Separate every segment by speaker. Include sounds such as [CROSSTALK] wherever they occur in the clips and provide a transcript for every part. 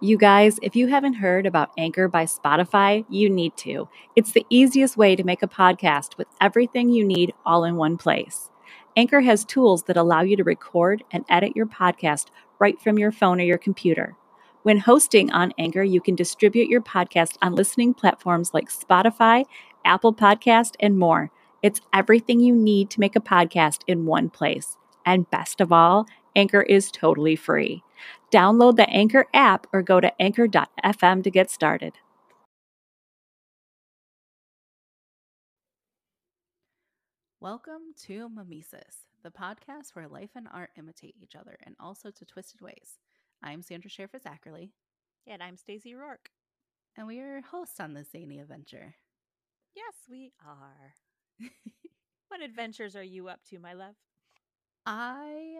Speaker 1: You guys, if you haven't heard about Anchor by Spotify, you need to. It's the easiest way to make a podcast with everything you need all in one place. Anchor has tools that allow you to record and edit your podcast right from your phone or your computer. When hosting on Anchor, you can distribute your podcast on listening platforms like Spotify, Apple Podcast, and more. It's everything you need to make a podcast in one place. And best of all, Anchor is totally free. Download the Anchor app or go to anchor.fm to get started.
Speaker 2: Welcome to Mimesis, the podcast where life and art imitate each other in all sorts of twisted ways. I'm Sandra Schaefer Zackerly,
Speaker 3: And I'm Stacey Rourke.
Speaker 2: and we are your hosts on this zany adventure.
Speaker 3: Yes, we are. [LAUGHS] what adventures are you up to, my love?
Speaker 2: I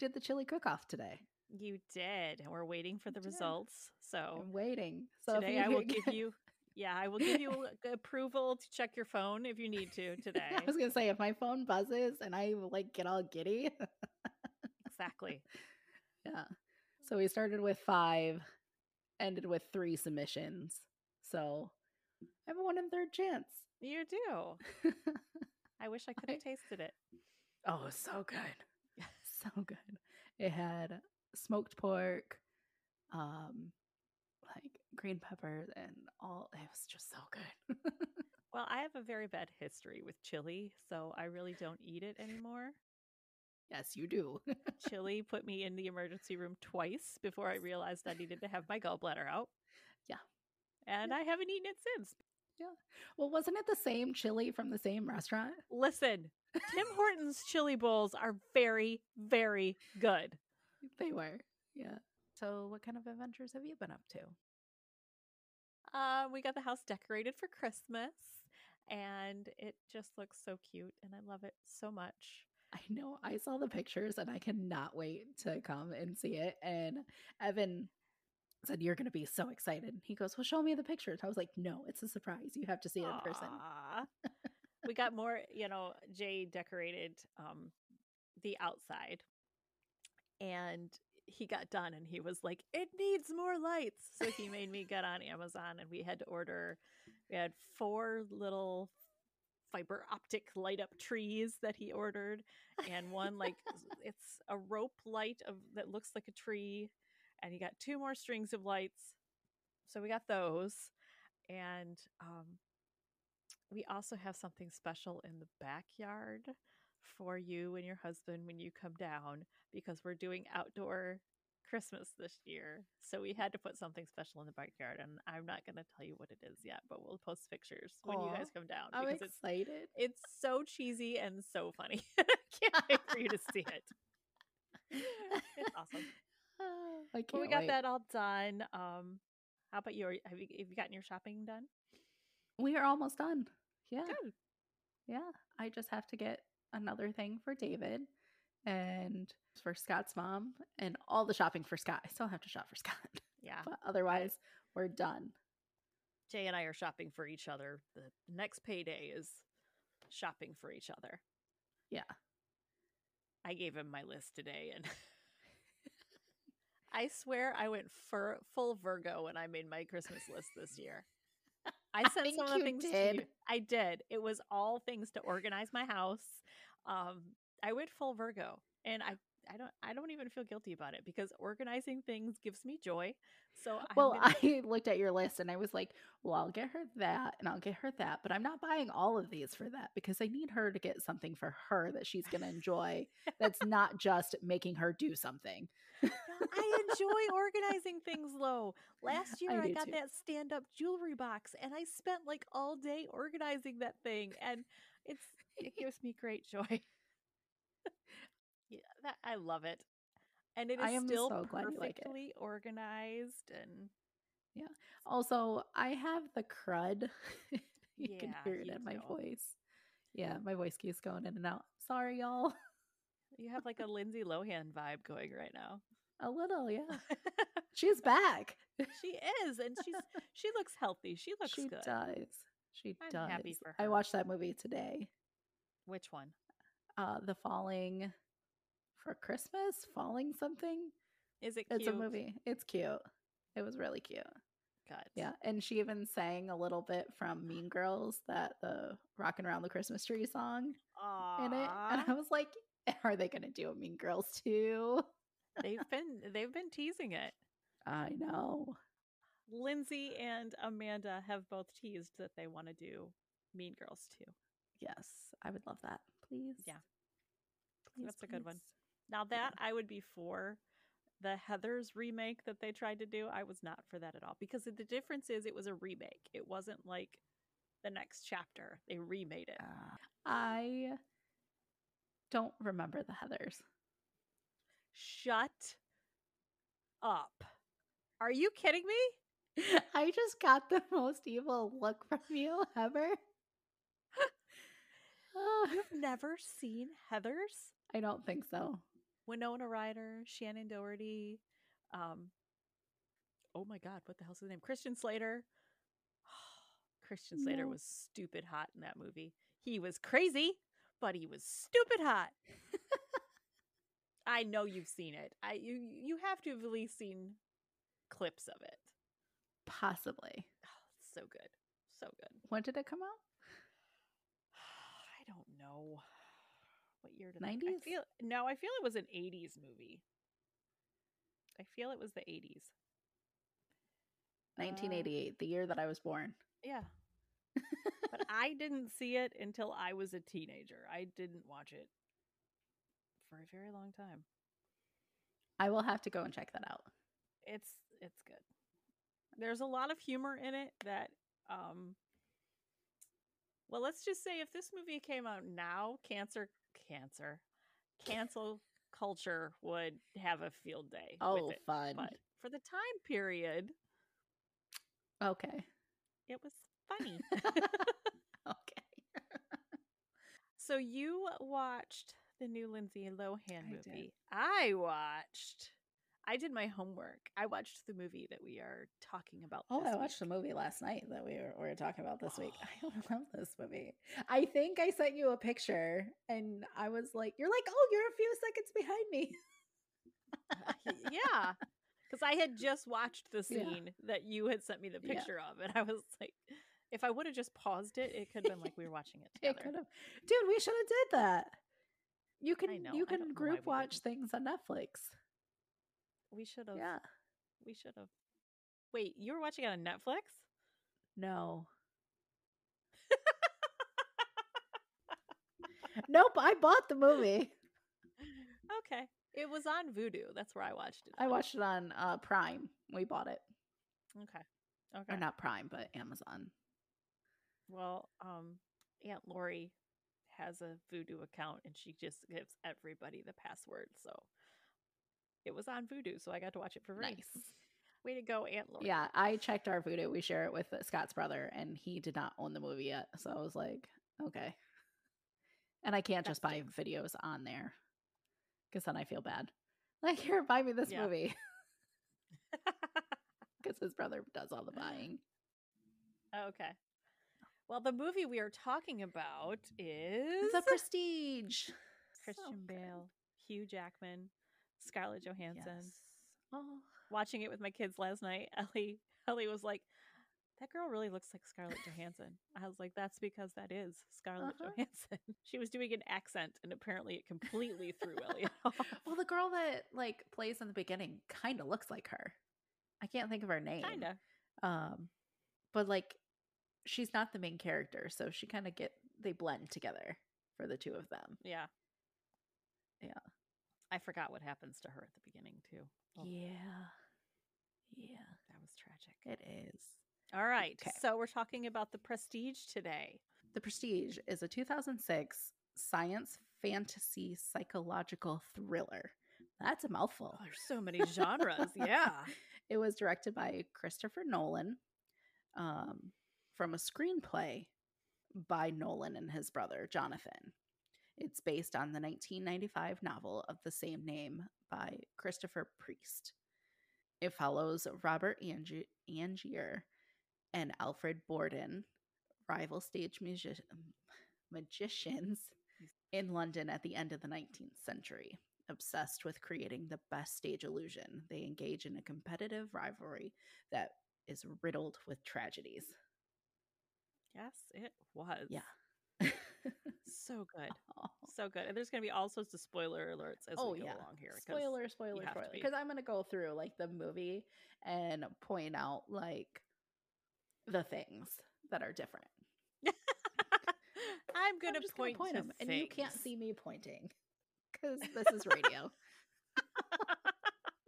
Speaker 2: did the chili cook off today.
Speaker 3: You did, and we're waiting for the
Speaker 2: did.
Speaker 3: results. So
Speaker 2: I'm waiting. So if
Speaker 3: Oh, today I will give
Speaker 2: get-
Speaker 3: you, yeah, I will [LAUGHS] give you a- approval to check your phone if you need [LAUGHS] to
Speaker 2: [LAUGHS]
Speaker 3: today.
Speaker 2: I was gonna say if my phone buzzes and I like get all giddy.
Speaker 3: exactly.
Speaker 2: [LAUGHS] yeah. So we started with five, ended with three submissions. So I have a one in third chance. [LAUGHS]
Speaker 3: You do. I wish I could have
Speaker 2: I-
Speaker 3: tasted it.
Speaker 2: Oh, it's so good. [LAUGHS] so good. It had smoked pork, um, like green peppers and all it was just so good. [LAUGHS]
Speaker 3: Well, I have a very bad history with chili, so I really don't eat it anymore.
Speaker 2: yes, you do. [LAUGHS]
Speaker 3: chili put me in the emergency room twice before I realized I needed to have my gallbladder out.
Speaker 2: Yeah.
Speaker 3: And I haven't eaten it since.
Speaker 2: well, wasn't it the same chili from the same restaurant?
Speaker 3: Listen, Tim Hortons chili bowls are very, very good.
Speaker 2: They were. Yeah. So what kind of adventures have you been up to?
Speaker 3: Uh, we got the house decorated for Christmas, and it just looks so cute, and I love it so much.
Speaker 2: I know I saw the pictures and I cannot wait to come and see it. And Evan said, You're gonna be so excited. He goes, Well, show me the pictures. I was like, No, it's a surprise. You have to see it in person.
Speaker 3: Aw. we got more, you know, Jay decorated um the outside. And he got done and he was like, "It needs more lights." So he made me get on Amazon and we had to order we had four little fiber optic light up trees that he ordered and one like s-
Speaker 2: [LAUGHS]
Speaker 3: it's a rope light of that looks like a tree and he got two more strings of lights. So we got those and um we also have something special in the backyard for you and your husband when you come down because we're doing outdoor Christmas this year. So we had to put something special in the backyard and I'm not going to tell you what it is yet, but we'll post pictures when you
Speaker 2: Aw, Oh,
Speaker 3: guys come down
Speaker 2: I'm
Speaker 3: because it's
Speaker 2: excited.
Speaker 3: it's so cheesy and so funny. [LAUGHS] I can't wait for you to see
Speaker 2: [LAUGHS]
Speaker 3: it. It's awesome.
Speaker 2: Ah, I can't
Speaker 3: Well, we got
Speaker 2: wait.
Speaker 3: that all done. Um how about you? Are- Have you have you gotten your shopping done?
Speaker 2: We are almost done. Yeah.
Speaker 3: Good.
Speaker 2: Yeah. I just have to get another thing for David and for Scott's mom and all the shopping for Scott. I still have to shop for Scott. [LAUGHS]
Speaker 3: Yeah.
Speaker 2: But otherwise, we're done.
Speaker 3: Jay and I are shopping for each other. The next payday is shopping for each other.
Speaker 2: Yeah.
Speaker 3: I gave him my list today
Speaker 2: [LAUGHS]
Speaker 3: and I swear I went fur- full Virgo when I made my Christmas list this
Speaker 2: [LAUGHS]
Speaker 3: year. I sent
Speaker 2: think
Speaker 3: some of the
Speaker 2: you
Speaker 3: things to you.
Speaker 2: did.
Speaker 3: I did. It was all things to organize my house. Um, I went full Virgo and I, I don't I don't even feel guilty about it because organizing things gives me joy. So I'm
Speaker 2: Well,
Speaker 3: gonna-
Speaker 2: I [LAUGHS] looked at your list and I was like, well, I'll get her that and I'll get her that, but I'm not buying all of these for that because I need her to get something for her that she's going to enjoy [LAUGHS] that's not just making her do something.
Speaker 3: No, I enjoy organizing things though. Last year
Speaker 2: I
Speaker 3: I,
Speaker 2: do
Speaker 3: got
Speaker 2: too.
Speaker 3: that stand up jewelry box and I spent like all day organizing that thing and it's it gives me great joy. yeah, that I love it. And it is
Speaker 2: I am
Speaker 3: still
Speaker 2: so glad you like it.
Speaker 3: perfectly organized and
Speaker 2: Also, I have the crud. [LAUGHS] you can
Speaker 3: Yeah,
Speaker 2: hear it
Speaker 3: you
Speaker 2: in my
Speaker 3: do.
Speaker 2: voice. Yeah, my voice keeps going in and out. Sorry, y'all. [LAUGHS]
Speaker 3: you have like a Lindsay Lohan vibe going right now.
Speaker 2: A little,
Speaker 3: [LAUGHS]
Speaker 2: yeah. She's back.
Speaker 3: she is and
Speaker 2: [LAUGHS]
Speaker 3: she's she looks healthy. She looks
Speaker 2: she
Speaker 3: good.
Speaker 2: does. She
Speaker 3: I'm
Speaker 2: does.
Speaker 3: happy for
Speaker 2: I
Speaker 3: her.
Speaker 2: watched that movie today.
Speaker 3: Which one?
Speaker 2: Uh, the Falling for Christmas? Falling something?
Speaker 3: Is it cute?
Speaker 2: It's a movie. It's cute. It was really cute.
Speaker 3: God.
Speaker 2: Yeah. And she even sang a little bit from Mean Girls, that the Rockin' Around the Christmas Tree song in it. And I
Speaker 3: Aw,
Speaker 2: was like, "Eh, are they going to do a Mean Girls too?
Speaker 3: they've been they've been teasing it.
Speaker 2: I know.
Speaker 3: Lindsay and Amanda have both teased that they want to do Mean Girls too.
Speaker 2: Yes. I would love that. Please.
Speaker 3: Yeah.
Speaker 2: Please,
Speaker 3: That's a good one.
Speaker 2: please.
Speaker 3: Now that I would be for the Heather's remake that they tried to do. I was not for that at all because the difference is it was a remake. It wasn't like the next chapter. They remade it.
Speaker 2: Uh, I don't remember the Heathers. [LAUGHS]
Speaker 3: Shut up. Are you kidding me?
Speaker 2: I just got the [LAUGHS] most evil look from you [LAUGHS] ever. [SIGHS] Ah,
Speaker 3: You've never seen Heather's?
Speaker 2: I don't think so.
Speaker 3: Winona Ryder, Shannon Doherty, um, oh my God, what the hell's his name? Christian Slater. [SIGHS] Christian Slater
Speaker 2: No.
Speaker 3: was stupid hot in that movie. He was crazy, but he was stupid hot. I know you've seen it. I you you have to have at least seen clips of it.
Speaker 2: Possibly.
Speaker 3: Oh, it's so good, so good. [SIGHS]
Speaker 2: When did it come out?
Speaker 3: I don't know what year did I, I
Speaker 2: 90s?
Speaker 3: feel. No, I feel it was an '80s movie. I feel it was the '80s.
Speaker 2: 1988, the year that I was born.
Speaker 3: Yeah.
Speaker 2: [LAUGHS]
Speaker 3: but I didn't see it until I was a teenager. I didn't watch it for a very long time.
Speaker 2: I will have to go and check that out.
Speaker 3: It's it's good. There's a lot of humor in it that um well, let's just say if this movie came out now, cancer cancer cancel culture would have a field day
Speaker 2: Oh,
Speaker 3: with it.
Speaker 2: fun.
Speaker 3: But for the time period,
Speaker 2: Okay. [LAUGHS]
Speaker 3: it was funny.
Speaker 2: Okay.
Speaker 3: So you watched the new Lindsay Lohan
Speaker 2: I did.
Speaker 3: movie. I watched. I did my homework. I watched the movie that we are talking about.
Speaker 2: Oh,
Speaker 3: this
Speaker 2: I watched
Speaker 3: week.
Speaker 2: a movie last night that we were, we were talking about
Speaker 3: [GASPS]
Speaker 2: this week. [LAUGHS] I love this movie. I think I sent you a picture and I was like, you're like, oh, you're a few seconds behind me.
Speaker 3: Y- [LAUGHS] yeah, because I had just watched the
Speaker 2: [LAUGHS] Yeah.
Speaker 3: scene that you had sent me the
Speaker 2: Yeah.
Speaker 3: picture of, and I was like, if I would have just paused it, it could have been like we were watching it
Speaker 2: [LAUGHS] It
Speaker 3: together.
Speaker 2: could have, dude. We should have did that. You can
Speaker 3: know, I
Speaker 2: you
Speaker 3: don't know
Speaker 2: can
Speaker 3: why
Speaker 2: group
Speaker 3: we
Speaker 2: watch
Speaker 3: didn't.
Speaker 2: things on Netflix.
Speaker 3: We should have. [LAUGHS]
Speaker 2: Yeah.
Speaker 3: We should have. Wait, you were watching it on Netflix?
Speaker 2: No. nope. I bought
Speaker 3: [LAUGHS]
Speaker 2: the movie.
Speaker 3: [LAUGHS] Okay, it was on Vudu. That's where I watched it.
Speaker 2: I
Speaker 3: from.
Speaker 2: watched it on uh, Prime. We bought it,
Speaker 3: Okay. Okay.
Speaker 2: or not Prime, but Amazon.
Speaker 3: Well, um, Aunt Lori has a voodoo account and she just gives everybody the password. So it was on voodoo, so I got to watch it for free.
Speaker 2: Nice.
Speaker 3: [LAUGHS] Way to go, Aunt Lori.
Speaker 2: Yeah, I checked our voodoo. We share it with Scott's brother, and he did not own the movie yet. So I was like, okay. And I can't just buy videos on there because then I feel bad. [LAUGHS] Like, here, buy me this
Speaker 3: Yeah.
Speaker 2: [LAUGHS] movie because his brother does all the buying.
Speaker 3: Oh, okay. Well, the movie we are talking about is
Speaker 2: The Prestige.
Speaker 3: [LAUGHS]
Speaker 2: So
Speaker 3: Christian
Speaker 2: good.
Speaker 3: Bale, Hugh Jackman, Scarlett Johansson.
Speaker 2: Yes. Oh,
Speaker 3: Watching it with my kids last night, Ellie Ellie was like, "That girl really looks like Scarlett Johansson." I was like, "That's because that is Scarlett
Speaker 2: Uh-huh.
Speaker 3: Johansson." [LAUGHS] She was doing an accent, and apparently, it completely threw [LAUGHS] Ellie off.
Speaker 2: well, the girl that like plays in the beginning kind of looks like her. I can't think of her name.
Speaker 3: Kinda,
Speaker 2: um but like she's not the main character so she kind of get they blend together for the two of them
Speaker 3: yeah,
Speaker 2: Yeah.
Speaker 3: I forgot what happens to her at the beginning too. Oh,
Speaker 2: yeah yeah
Speaker 3: that was tragic.
Speaker 2: it is
Speaker 3: All right,
Speaker 2: Okay.
Speaker 3: so we're talking about the Prestige today.
Speaker 2: the prestige is a 2006 science fantasy psychological thriller that's a mouthful
Speaker 3: Oh, there's so many [LAUGHS] genres. yeah,
Speaker 2: it was directed by christopher nolan um from a screenplay by nolan and his brother jonathan It's based on the 1995 novel of the same name by Christopher Priest. It follows Robert Angi- Angier and Alfred Borden, rival stage musi- um, magicians in London at the end of the 19th century, obsessed with creating the best stage illusion. They engage in a competitive rivalry that is riddled with tragedies.
Speaker 3: Yes, it was.
Speaker 2: Yeah. [LAUGHS]
Speaker 3: So good. So good. And there's going to be all sorts of spoiler alerts as
Speaker 2: Oh,
Speaker 3: we go
Speaker 2: yeah.
Speaker 3: along here. 'cause-
Speaker 2: spoiler, spoiler,
Speaker 3: have to
Speaker 2: spoiler.
Speaker 3: be.
Speaker 2: Because I'm going to go through like the movie and point out like the things that are different.
Speaker 3: I'm going
Speaker 2: I'm
Speaker 3: to
Speaker 2: just gonna
Speaker 3: point to
Speaker 2: them, and you can't
Speaker 3: things.
Speaker 2: see me pointing because this is radio.
Speaker 3: [LAUGHS]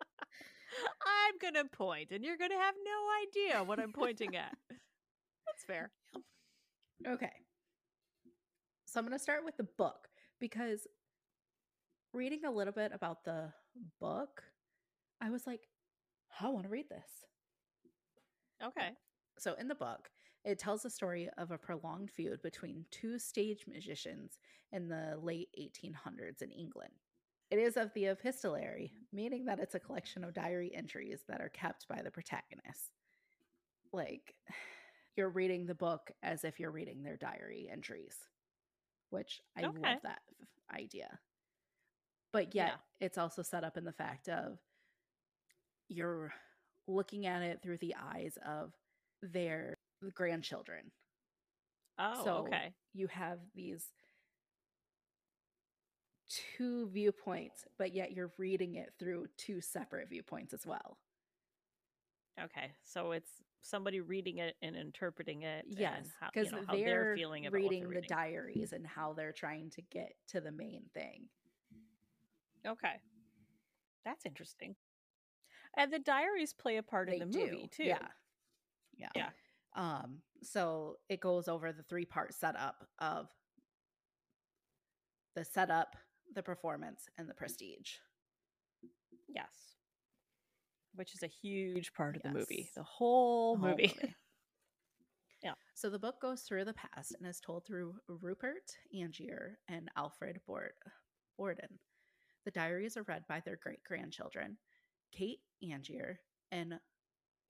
Speaker 3: I'm going to point, and you're going to have no idea what I'm pointing at. That's fair.
Speaker 2: Okay. So I'm going to start with the book because reading a little bit about the book, I was like, I want to read this.
Speaker 3: Okay.
Speaker 2: So in the book, it tells the story of a prolonged feud between two stage musicians in the late 1800s in England. It is of the epistolary, meaning that it's a collection of diary entries that are kept by the protagonist. Like [SIGHS] you're reading the book as if you're reading their diary entries, which I
Speaker 3: Okay.
Speaker 2: love that f- idea. But yet,
Speaker 3: Yeah.
Speaker 2: it's also set up in the fact of you're looking at it through the eyes of their grandchildren.
Speaker 3: Oh,
Speaker 2: so
Speaker 3: okay.
Speaker 2: You have these two viewpoints, but yet you're reading it through two separate viewpoints as well.
Speaker 3: Okay. So it's somebody reading it and interpreting it.
Speaker 2: Yes,
Speaker 3: and how,
Speaker 2: because
Speaker 3: you know, how
Speaker 2: they're,
Speaker 3: they're, feeling about
Speaker 2: reading,
Speaker 3: what
Speaker 2: the diaries and how they're trying to get to the main thing.
Speaker 3: the Okay. That's interesting. And the diaries play a part
Speaker 2: They
Speaker 3: in the movie
Speaker 2: do,
Speaker 3: too.
Speaker 2: Yeah. Yeah.
Speaker 3: Yeah.
Speaker 2: Um, so it goes over the three part setup of the setup, the performance, and the prestige.
Speaker 3: Yes. Which is a huge part of the movie.
Speaker 2: Yes.
Speaker 3: The whole
Speaker 2: whole
Speaker 3: movie. Yeah.
Speaker 2: So the book goes through the past and is told through Rupert Angier and Alfred Bord- Borden. The diaries are read by their great grandchildren, Kate Angier and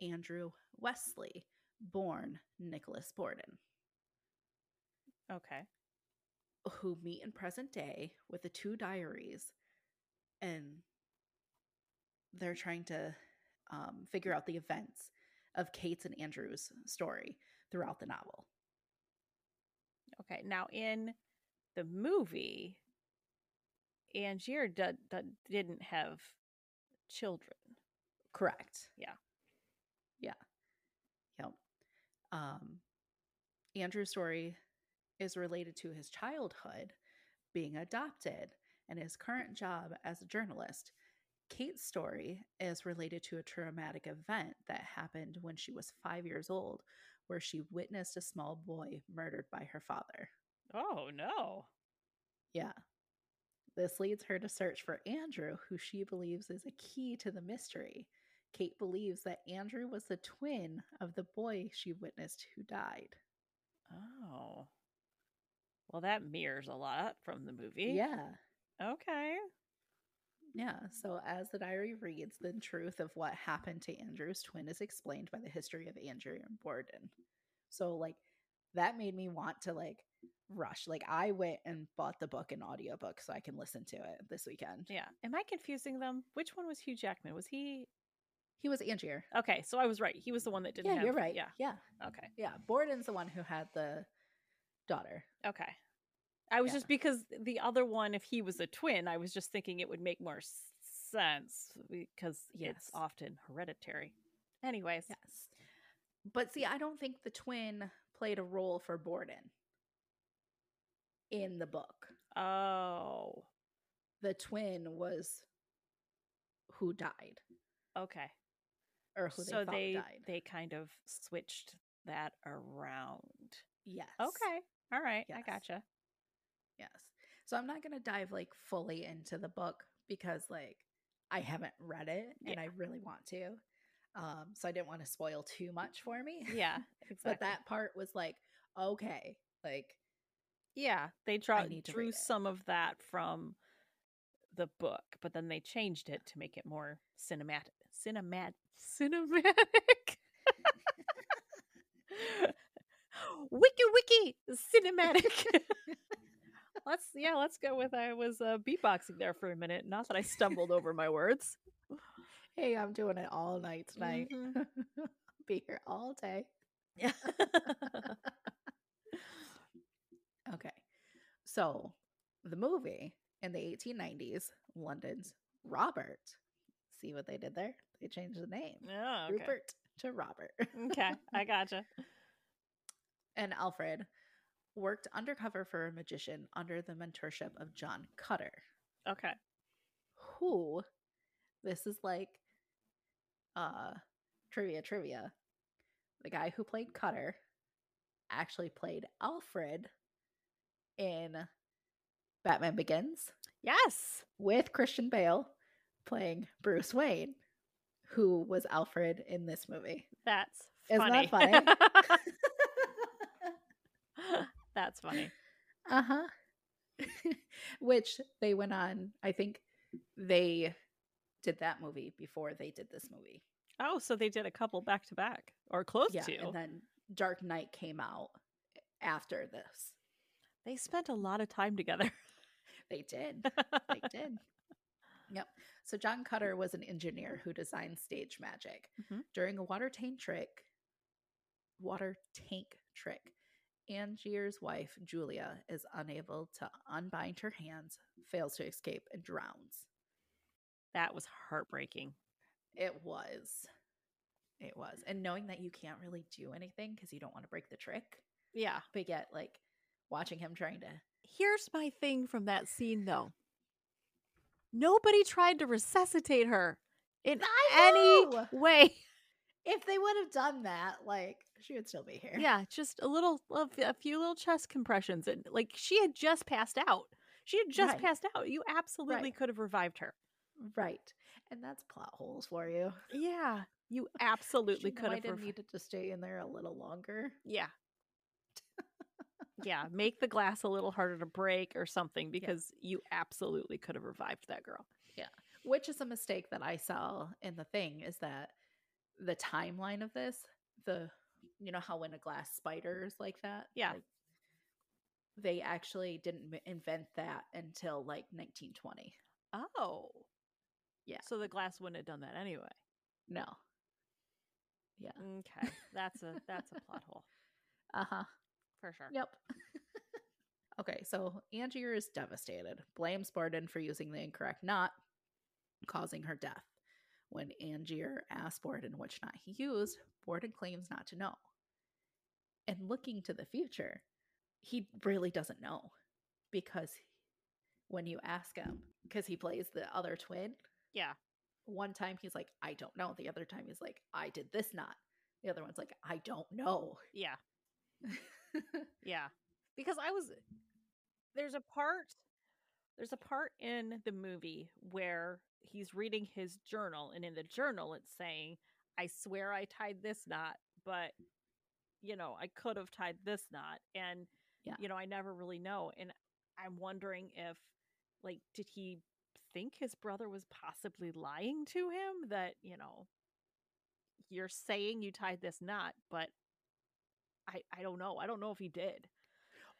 Speaker 2: Andrew Wesley, born Nicholas Borden,
Speaker 3: [LAUGHS] Okay.
Speaker 2: who meet in present day with the two diaries and they're trying to um, figure out the events of Kate's and Andrew's story throughout the novel.
Speaker 3: Okay. Now in the movie, Angier did, did, didn't have children.
Speaker 2: Correct.
Speaker 3: Yeah.
Speaker 2: Yeah. Yep. Um, Andrew's story is related to his childhood being adopted and his current job as a journalist. Kate's story is related to a traumatic event that happened when she was five years old, where she witnessed a small boy murdered by her father.
Speaker 3: Oh no.
Speaker 2: Yeah. This leads her to search for Andrew, who she believes is a key to the mystery. Kate believes that Andrew was the twin of the boy she witnessed who died.
Speaker 3: Oh. Well, that mirrors a lot from the movie.
Speaker 2: Yeah.
Speaker 3: Okay.
Speaker 2: Yeah.
Speaker 3: Hmm.
Speaker 2: So, as the diary reads, the truth of what happened to Andrew's twin is explained by the history of Andrew and Borden. So, like, that made me want to, like, rush. Like, I went and bought the book and audiobook so I can listen to it this weekend.
Speaker 3: Yeah. Am I confusing them? Which one was Hugh Jackman? Was he
Speaker 2: He was Angier.
Speaker 3: Okay, so I was right. He was the one that didn't
Speaker 2: yeah,
Speaker 3: have
Speaker 2: you're right.
Speaker 3: Yeah.
Speaker 2: Yeah.
Speaker 3: Okay.
Speaker 2: Yeah, Borden's the one who had the daughter.
Speaker 3: Okay. I was
Speaker 2: Yeah.
Speaker 3: just because the other one, if he was a twin, I was just thinking it would make more s- sense because
Speaker 2: Yes.
Speaker 3: it's often hereditary. Anyways,
Speaker 2: Yes. But see, I don't think the twin played a role for Borden in the book.
Speaker 3: oh,
Speaker 2: The twin was who died
Speaker 3: okay.
Speaker 2: or who they
Speaker 3: so
Speaker 2: thought
Speaker 3: they
Speaker 2: died.
Speaker 3: they kind of switched that around.
Speaker 2: yes.
Speaker 3: Okay, all right,
Speaker 2: Yes.
Speaker 3: I gotcha.
Speaker 2: Yes. So I'm not going to dive like fully into the book because like I haven't read it and
Speaker 3: Yeah.
Speaker 2: I really want to. Um so I didn't want to spoil too much for me. [LAUGHS]
Speaker 3: Yeah, exactly.
Speaker 2: But that part was like okay, like
Speaker 3: yeah, they draw,
Speaker 2: need to read
Speaker 3: drew
Speaker 2: it.
Speaker 3: some of that from the book, but then they changed it to make it more cinematic. Cinemat cinematic. [LAUGHS] wiki wiki cinematic. [LAUGHS] Let's yeah, let's go with I was uh, beatboxing there for a minute. Not that I stumbled over my words.
Speaker 2: Hey, I'm doing it all night tonight.
Speaker 3: [LAUGHS] Mhm.
Speaker 2: Be here all day.
Speaker 3: Yeah. [LAUGHS]
Speaker 2: Okay. So the movie in the 1890s, London's Robert. See what they did there? They changed the name
Speaker 3: yeah. Oh, Mm, Okay.
Speaker 2: Rupert to Robert. [LAUGHS]
Speaker 3: Okay. I gotcha.
Speaker 2: and Alfred worked undercover for a magician under the mentorship of John Cutter,
Speaker 3: Okay.
Speaker 2: who this is like uh trivia trivia. The guy who played Cutter actually played Alfred in Batman Begins
Speaker 3: Yes.
Speaker 2: with Christian Bale playing Bruce Wayne, who was Alfred in this movie.
Speaker 3: That's
Speaker 2: Isn't
Speaker 3: funny.
Speaker 2: that [LAUGHS] funny?
Speaker 3: That's funny.
Speaker 2: Uh huh. [LAUGHS] Which they went on. I think they did that movie before they did this movie.
Speaker 3: Oh, so they did a couple back to back or close
Speaker 2: yeah.
Speaker 3: to.
Speaker 2: And then Dark Knight came out after this.
Speaker 3: they spent a lot of time together. [LAUGHS]
Speaker 2: They did. They did. Yep. So John Cutter was an engineer who designed stage magic.
Speaker 3: Mhm.
Speaker 2: During a water tank trick, water tank trick, Angier's wife, Julia, is unable to unbind her hands, fails to escape, and drowns.
Speaker 3: that was heartbreaking.
Speaker 2: It was. It was. And knowing that you can't really do anything because you don't want to break the trick,
Speaker 3: Yeah.
Speaker 2: but yet, like, watching him trying to.
Speaker 3: Here's my thing from that scene, though. Nobody tried to resuscitate her in any
Speaker 2: know!
Speaker 3: [LAUGHS] way.
Speaker 2: If they would have done that, like, she would still be here.
Speaker 3: Yeah, just a little, a f- a few little chest compressions, and like she had just passed out. She had just
Speaker 2: Right.
Speaker 3: passed out. You absolutely
Speaker 2: Right.
Speaker 3: could have revived her.
Speaker 2: Right. And that's plot holes for you.
Speaker 3: Yeah, you absolutely
Speaker 2: She
Speaker 3: could have.
Speaker 2: might have
Speaker 3: rev-
Speaker 2: needed to stay in there a little longer.
Speaker 3: yeah, yeah. Make the glass a little harder to break or something because you absolutely could have revived that girl.
Speaker 2: Which is a mistake that I saw in the thing is that the timeline of this, the you know how when a glass spider is like that?
Speaker 3: Yeah.
Speaker 2: like, they actually didn't m- invent that until like 1920.
Speaker 3: Oh,
Speaker 2: Yeah.
Speaker 3: So the glass wouldn't have done that anyway.
Speaker 2: No. Yeah.
Speaker 3: Okay, that's a that's a plot hole
Speaker 2: Uh-huh.
Speaker 3: for [LAUGHS] sure.
Speaker 2: Yep. [LAUGHS] okay, so Angier is devastated, blames Borden for using the incorrect knot, causing her death. When Angier asks Borden which knot he used, Borden claims not to know. And looking to the future, he really doesn't know because when you ask him, because he plays the other twin,
Speaker 3: Yeah.
Speaker 2: one time he's like, I don't know. The other time he's like, I did this knot. The other one's like, I don't know. [LAUGHS]
Speaker 3: Yeah. Yeah. Because I was there's a part there's a part in the movie where he's reading his journal and in the journal it's saying I swear I tied this knot but you know I could have tied this knot and
Speaker 2: Yeah.
Speaker 3: you know I never really know and I'm wondering if like did he think his brother was possibly lying to him that you know you're saying you tied this knot but I I don't know I don't know if he did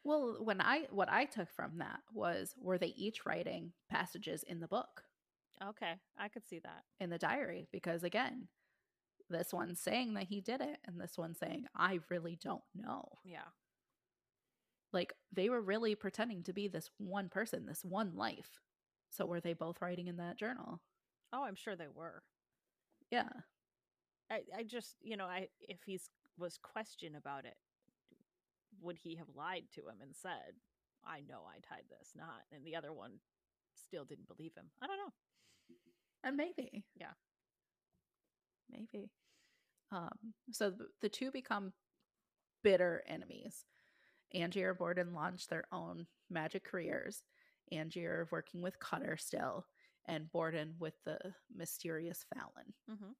Speaker 2: Well, when I what I took from that was were they each writing passages in the book
Speaker 3: Okay, I could see that.
Speaker 2: in the diary because again, this one's saying that he did it and this one's saying I really don't know.
Speaker 3: Yeah.
Speaker 2: Like they were really pretending to be this one person, this one life. So were they both writing in that journal?
Speaker 3: Oh, I'm sure they were.
Speaker 2: Yeah.
Speaker 3: I, I just, you know, I if he's was questioned about it, would he have lied to him and said, "I know I tied this knot," and the other one still didn't believe him? I don't know.
Speaker 2: And Uh, maybe.
Speaker 3: Yeah.
Speaker 2: Maybe. Um, so th- the two become bitter enemies. Angier Borden launched their own magic careers. Angier working with Cutter still, and Borden with the mysterious Fallon.
Speaker 3: Mm-hmm.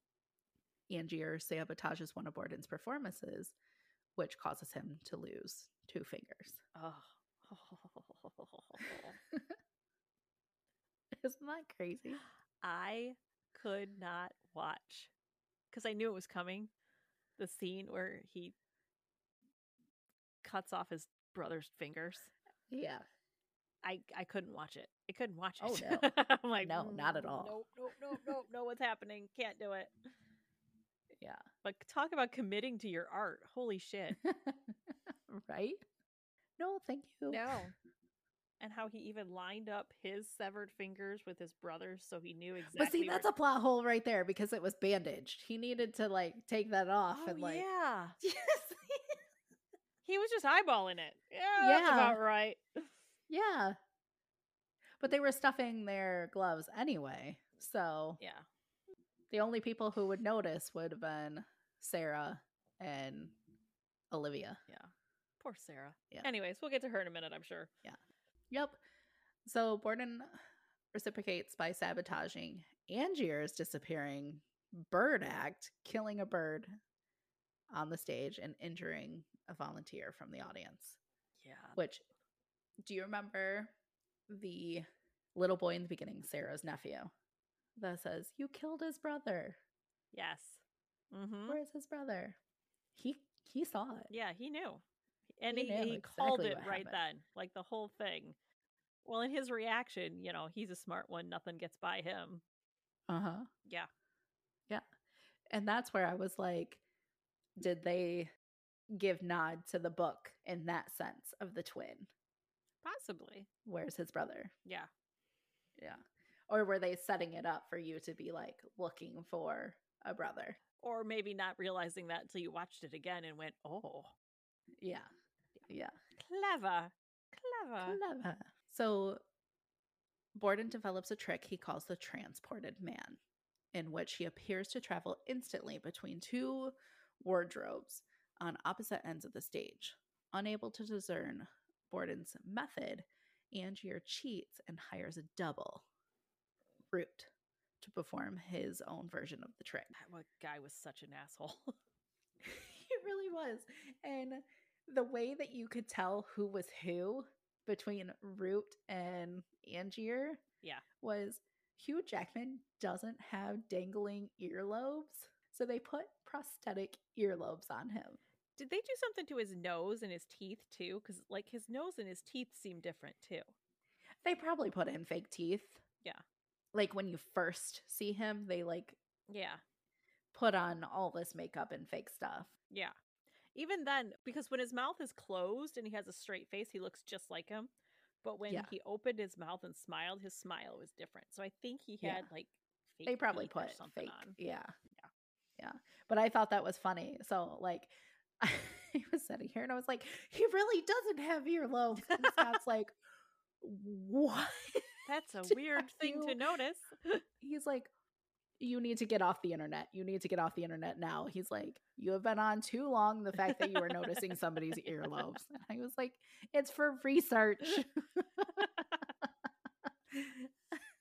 Speaker 2: Angier sabotages one of Borden's performances, which causes him to lose two fingers. [LAUGHS]
Speaker 3: Mm-hmm. Oh,
Speaker 2: Isn't that crazy?
Speaker 3: [LAUGHS] I could not watch because I knew it was coming. The scene where he cuts off his brother's fingers.
Speaker 2: Yeah.
Speaker 3: I I couldn't watch it. I couldn't watch
Speaker 2: Oh,
Speaker 3: it.
Speaker 2: no.
Speaker 3: [LAUGHS] I'm like,
Speaker 2: No, not at
Speaker 3: "Mm,
Speaker 2: all."
Speaker 3: Nope, nope, nope, nope. Know what's happening? Can't do it.
Speaker 2: Yeah.
Speaker 3: But talk about committing to your art. Holy shit!
Speaker 2: [LAUGHS] right? No, thank you.
Speaker 3: No. And how he even lined up his severed fingers with his brother's, so he knew exactly.
Speaker 2: But see,
Speaker 3: where-
Speaker 2: that's a plot hole right there because it was bandaged. He needed to like take that off
Speaker 3: Oh,
Speaker 2: and like
Speaker 3: yeah.
Speaker 2: [LAUGHS] Yes.
Speaker 3: He was just eyeballing it. Yeah, that's
Speaker 2: Yeah.
Speaker 3: about
Speaker 2: [SIGHS]
Speaker 3: right.
Speaker 2: yeah. But they were stuffing their gloves anyway. So
Speaker 3: Yeah.
Speaker 2: the only people who would notice would have been Sarah and Olivia.
Speaker 3: Yeah. Poor Sarah.
Speaker 2: Yeah.
Speaker 3: Anyways, we'll get to her in a minute, I'm sure.
Speaker 2: Yep. So Borden reciprocates by sabotaging Angier's disappearing bird act, killing a bird on the stage and injuring a volunteer from the audience.
Speaker 3: Yeah.
Speaker 2: Which, do you remember the little boy in the beginning, Sarah's nephew, that says, You killed his brother.
Speaker 3: Yes. Mm-hmm.
Speaker 2: Where's his brother? He he saw it.
Speaker 3: Yeah, he knew. And
Speaker 2: He
Speaker 3: he,
Speaker 2: knew
Speaker 3: he called
Speaker 2: exactly
Speaker 3: it
Speaker 2: what
Speaker 3: right then, like the whole thing. Well, in his reaction, you know, he's a smart one. Nothing gets by him.
Speaker 2: Uh-huh.
Speaker 3: Yeah.
Speaker 2: Yeah. And that's where I was like, did they give nod to the book in that sense of the twin?
Speaker 3: Possibly.
Speaker 2: Where's his brother?
Speaker 3: Yeah.
Speaker 2: Yeah. Or were they setting it up for you to be like looking for a brother?
Speaker 3: Or maybe not realizing that until you watched it again and went, oh,
Speaker 2: Yeah. Yeah.
Speaker 3: clever. Clever.
Speaker 2: Clever. So Borden develops a trick he calls the transported man, in which he appears to travel instantly between two wardrobes on opposite ends of the stage. Unable to discern Borden's method, Angier cheats and hires a double root to perform his own version of the trick.
Speaker 3: That wa- guy was such an asshole. [LAUGHS]
Speaker 2: [LAUGHS] It really was. And the way that you could tell who was who between Root and Angier
Speaker 3: Yeah.
Speaker 2: was Hugh Jackman doesn't have dangling earlobes. So they put prosthetic earlobes on him.
Speaker 3: Did they do something to his nose and his teeth too? Because like his nose and his teeth seem different too.
Speaker 2: They probably put in fake teeth.
Speaker 3: Yeah.
Speaker 2: Like when you first see him, they like
Speaker 3: Yeah.
Speaker 2: put on all this makeup and fake stuff.
Speaker 3: Yeah. Even then, because when his mouth is closed and he has a straight face, he looks just like him. But when
Speaker 2: Yeah.
Speaker 3: he opened his mouth and smiled, his smile was different. So I think he
Speaker 2: Yeah.
Speaker 3: had like fake
Speaker 2: they probably
Speaker 3: teeth or
Speaker 2: put
Speaker 3: something
Speaker 2: fake. [LAUGHS]
Speaker 3: on.
Speaker 2: Yeah. Yeah. But I thought that was funny. So like [LAUGHS] I was sitting here and I was like, he really doesn't have earlobes. And
Speaker 3: [LAUGHS]
Speaker 2: Scott's like, what?
Speaker 3: That's a
Speaker 2: Did
Speaker 3: weird
Speaker 2: I
Speaker 3: thing
Speaker 2: do?
Speaker 3: to notice.
Speaker 2: He's like, you need to get off the internet. You need to get off the internet now. He's like, you have been on too long. The fact that you were noticing somebody's earlobes. And I was like, it's for
Speaker 3: [LAUGHS]
Speaker 2: research.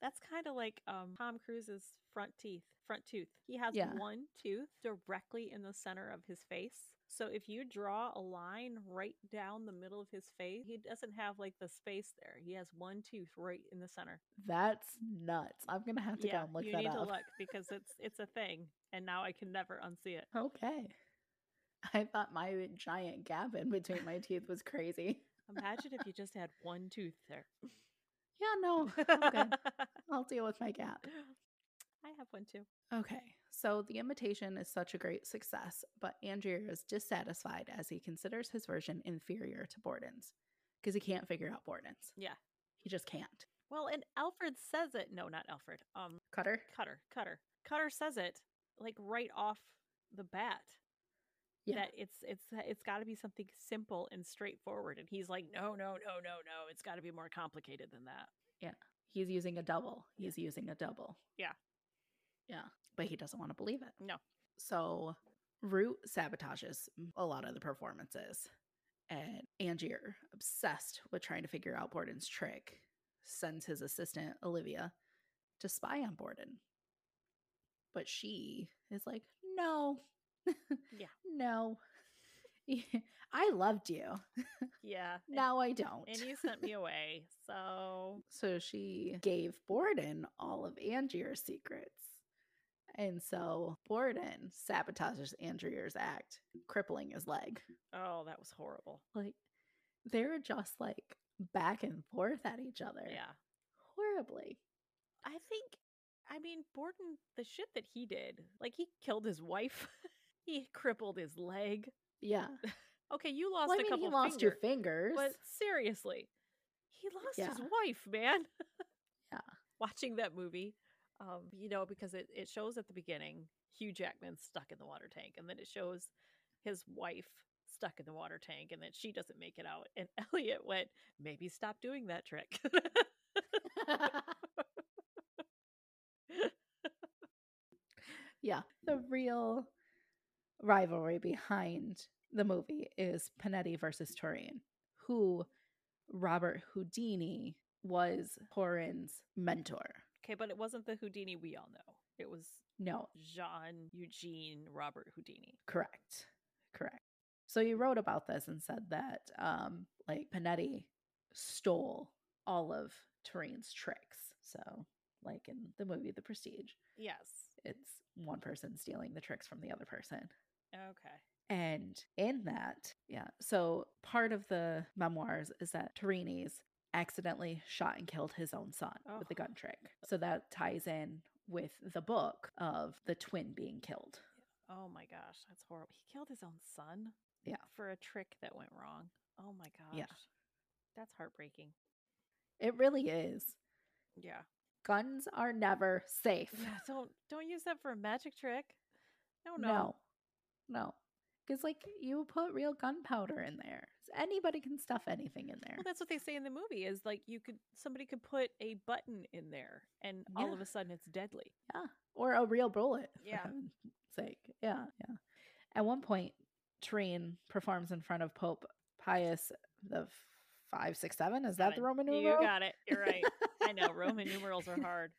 Speaker 3: That's kind of like um, Tom Cruise's front teeth, front tooth. He has
Speaker 2: Yeah.
Speaker 3: one tooth directly in the center of his face. So if you draw a line right down the middle of his face, he doesn't have like the space there. He has one tooth right in the center.
Speaker 2: That's nuts. I'm gonna have to go and look
Speaker 3: you
Speaker 2: that
Speaker 3: need
Speaker 2: up.
Speaker 3: to look because it's it's a thing, and now I can never unsee it.
Speaker 2: Okay. I thought my giant gap in between my teeth was crazy. [LAUGHS]
Speaker 3: Imagine if you just had one tooth there.
Speaker 2: Yeah,
Speaker 3: [LAUGHS]
Speaker 2: no, Okay. I'll deal with my gap.
Speaker 3: I have one too.
Speaker 2: Okay. So the imitation is such a great success, but Andrea is dissatisfied as he considers his version inferior to Borden's because he can't figure out Borden's.
Speaker 3: Yeah.
Speaker 2: He just can't.
Speaker 3: Well, and Alfred says it. No, not Alfred. Um,
Speaker 2: Cutter?
Speaker 3: Cutter, Cutter, Cutter says it like right off the bat.
Speaker 2: Yeah.
Speaker 3: That it's it's it's got to be something simple and straightforward, and he's like, no, no, no, no, no. It's got to be more complicated than that.
Speaker 2: He's using a double. He's using a double.
Speaker 3: Yeah.
Speaker 2: Yeah. But he doesn't want to believe it.
Speaker 3: No.
Speaker 2: So Root sabotages a lot of the performances. And Angier, obsessed with trying to figure out Borden's trick, sends his assistant, Olivia, to spy on Borden. But she is like, no. [LAUGHS]
Speaker 3: Yeah.
Speaker 2: No. [LAUGHS] I loved you.
Speaker 3: Yeah. and-
Speaker 2: Now I don't.
Speaker 3: And you sent me away, so
Speaker 2: So she gave Borden all of Angier's secrets. And so Borden sabotages Angier's act, crippling his leg.
Speaker 3: oh, that was horrible.
Speaker 2: Like, they're just like, back and forth at each other.
Speaker 3: Yeah.
Speaker 2: Horribly.
Speaker 3: I think, I mean, Borden, the shit that he did, like he killed his wife, [LAUGHS] he crippled his leg.
Speaker 2: Yeah.
Speaker 3: Okay, you lost
Speaker 2: Well, I
Speaker 3: a
Speaker 2: mean,
Speaker 3: couple
Speaker 2: he lost
Speaker 3: fingers,
Speaker 2: your fingers.
Speaker 3: but seriously, he lost his
Speaker 2: Yeah.
Speaker 3: wife, man. [LAUGHS]
Speaker 2: Yeah.
Speaker 3: Watching that movie, um, you know, because it, it shows at the beginning Hugh Jackman stuck in the water tank, and then it shows his wife stuck in the water tank, and then she doesn't make it out. And [LAUGHS] Elliot went, maybe stop doing that trick.
Speaker 2: [LAUGHS]
Speaker 3: [LAUGHS]
Speaker 2: yeah. The real rivalry behind the movie is Panetti versus Turin, who Robert Houdini was Turin's mentor.
Speaker 3: okay, but it wasn't the Houdini we all know. It was
Speaker 2: No,
Speaker 3: Jean Eugene Robert Houdini.
Speaker 2: Correct. Correct. So you wrote about this and said that um like Panetti stole all of Turin's tricks. So like in the movie The Prestige,
Speaker 3: Yes.
Speaker 2: it's one person stealing the tricks from the other person.
Speaker 3: Okay.
Speaker 2: And in that, yeah. So part of the memoirs is that Torini's accidentally shot and killed his own son with the
Speaker 3: Oh.
Speaker 2: gun trick. So that ties in with the book of the twin being killed.
Speaker 3: Oh my gosh, that's horrible. He killed his own son.
Speaker 2: Yeah.
Speaker 3: For a trick that went wrong. Oh my gosh.
Speaker 2: Yeah.
Speaker 3: That's heartbreaking.
Speaker 2: It really is.
Speaker 3: Yeah.
Speaker 2: guns are never safe.
Speaker 3: Yeah, don't don't use that for a magic trick. No, no.
Speaker 2: No, no, because like you put real gunpowder in there. So Anybody can stuff anything in there.
Speaker 3: Well, that's what they say in the movie is like you could somebody could put a button in there and all of
Speaker 2: Yeah.
Speaker 3: a sudden it's deadly.
Speaker 2: yeah, or a real bullet. for
Speaker 3: Yeah.
Speaker 2: heaven's sake. Yeah, yeah. At one point, Trine performs in front of Pope Pius the five, six, seven. Is that the
Speaker 3: Seven.
Speaker 2: Roman
Speaker 3: You
Speaker 2: numeral?
Speaker 3: got it. You're right. I know
Speaker 2: [LAUGHS]
Speaker 3: Roman numerals are hard.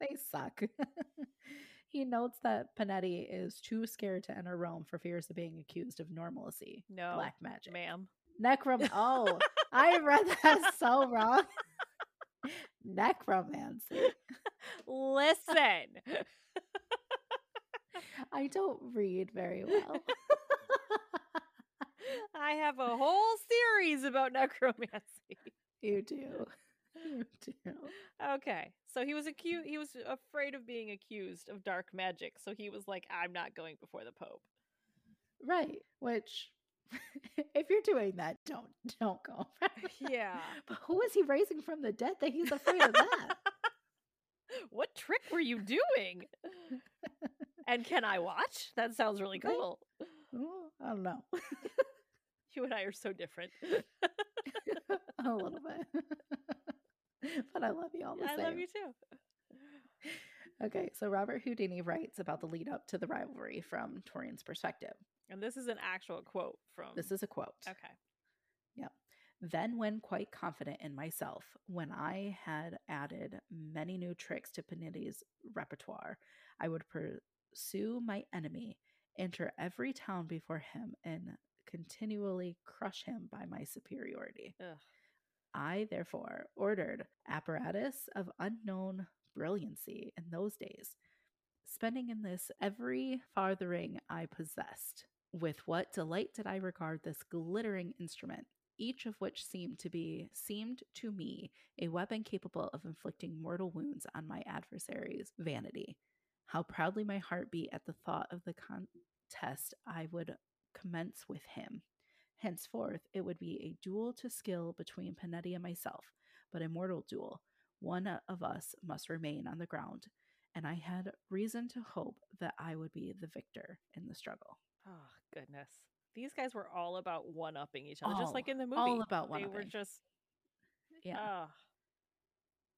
Speaker 2: they suck. [LAUGHS] he notes that Panetti is too scared to enter Rome for fears of being accused of normalcy,
Speaker 3: No.
Speaker 2: black magic.
Speaker 3: Ma'am.
Speaker 2: Necrom. Oh, I read that so wrong. [LAUGHS] Necromancy.
Speaker 3: Listen. [LAUGHS]
Speaker 2: I don't read very well.
Speaker 3: I have a whole series about necromancy. [LAUGHS]
Speaker 2: you do. You do.
Speaker 3: Okay. So he was accused he was afraid of being accused of dark magic, so he was like, I'm not going before the Pope. [LAUGHS]
Speaker 2: Right. Which [LAUGHS] if you're doing that, don't don't go. [LAUGHS]
Speaker 3: Yeah.
Speaker 2: But who is he raising from the dead that he's afraid of that?
Speaker 3: What trick were you
Speaker 2: [LAUGHS]
Speaker 3: doing? and can I watch? That sounds really
Speaker 2: Right.
Speaker 3: cool.
Speaker 2: Ooh, I don't know. [LAUGHS]
Speaker 3: You and I are so different.
Speaker 2: A little bit. [LAUGHS] but I love you all the
Speaker 3: I
Speaker 2: same.
Speaker 3: love you too.
Speaker 2: Okay, so Robert Houdini writes about the lead up to the rivalry from Torian's perspective.
Speaker 3: And this is an actual quote from
Speaker 2: This is a quote.
Speaker 3: Okay.
Speaker 2: Then, when quite confident in myself, when I had added many new tricks to Panitti's repertoire, I would pursue my enemy, enter every town before him, and continually crush him by my superiority.
Speaker 3: Ugh.
Speaker 2: I therefore ordered apparatus of unknown brilliancy in those days, spending in this every farthing I possessed. With what delight did I regard this glittering instrument, each of which seemed to be seemed to me a weapon capable of inflicting mortal wounds on my adversary's vanity. How proudly my heart beat at the thought of the contest I would commence with him. Henceforth, it would be a duel to skill between Panetti and myself, but a mortal duel. One o- of us must remain on the ground, and I had reason to hope that I would be the victor in the struggle.
Speaker 3: Oh goodness. These guys were all about one upping each other, just
Speaker 2: All-
Speaker 3: like in the movie.
Speaker 2: all about
Speaker 3: They were
Speaker 2: one-upping.
Speaker 3: just
Speaker 2: Yeah,
Speaker 3: ah.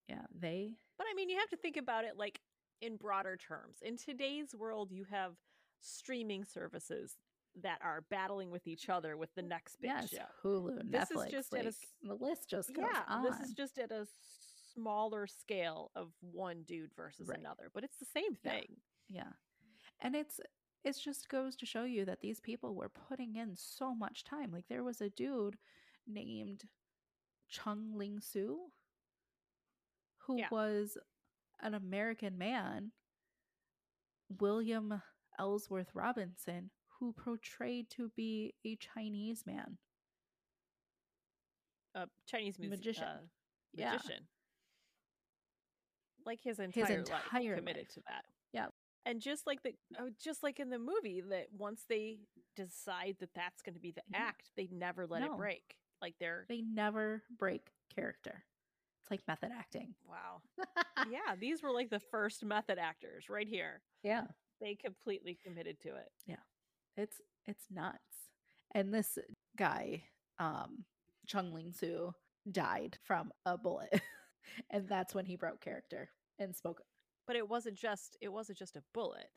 Speaker 2: yeah, they
Speaker 3: But I mean, you have to think about it like in broader terms. In today's world, you have streaming services that are battling with each other with the next big
Speaker 2: yes,
Speaker 3: show.
Speaker 2: Hulu,
Speaker 3: This is
Speaker 2: Netflix,
Speaker 3: just at a
Speaker 2: like,
Speaker 3: s-
Speaker 2: the list just goes
Speaker 3: Yeah,
Speaker 2: on.
Speaker 3: this is just at a smaller scale of one dude versus
Speaker 2: Right.
Speaker 3: another, but it's the same
Speaker 2: Yeah.
Speaker 3: thing.
Speaker 2: Yeah. And it's it's just goes to show you that these people were putting in so much time. Like there was a dude named Chung Ling Su who
Speaker 3: Yeah.
Speaker 2: was an American man, William Ellsworth Robinson, who portrayed to be a Chinese man.
Speaker 3: a Chinese music,
Speaker 2: Magician.
Speaker 3: uh,
Speaker 2: Yeah.
Speaker 3: magician. Like his entire,
Speaker 2: entire
Speaker 3: life committed
Speaker 2: life.
Speaker 3: to that.
Speaker 2: Yeah.
Speaker 3: And just like the oh, just like in the movie that once they decide that that's going to be the
Speaker 2: Yeah.
Speaker 3: act, they never let
Speaker 2: Mm-hmm. No.
Speaker 3: it break. Like they're
Speaker 2: They never break character. It's like method acting. [LAUGHS]
Speaker 3: wow. yeah, these were like the first method actors right here.
Speaker 2: yeah.
Speaker 3: They completely committed to it.
Speaker 2: It's it's nuts. And this guy, um, Chung Ling Su, died from a bullet. [LAUGHS] and that's when he broke character and spoke
Speaker 3: But it wasn't just it wasn't just a bullet.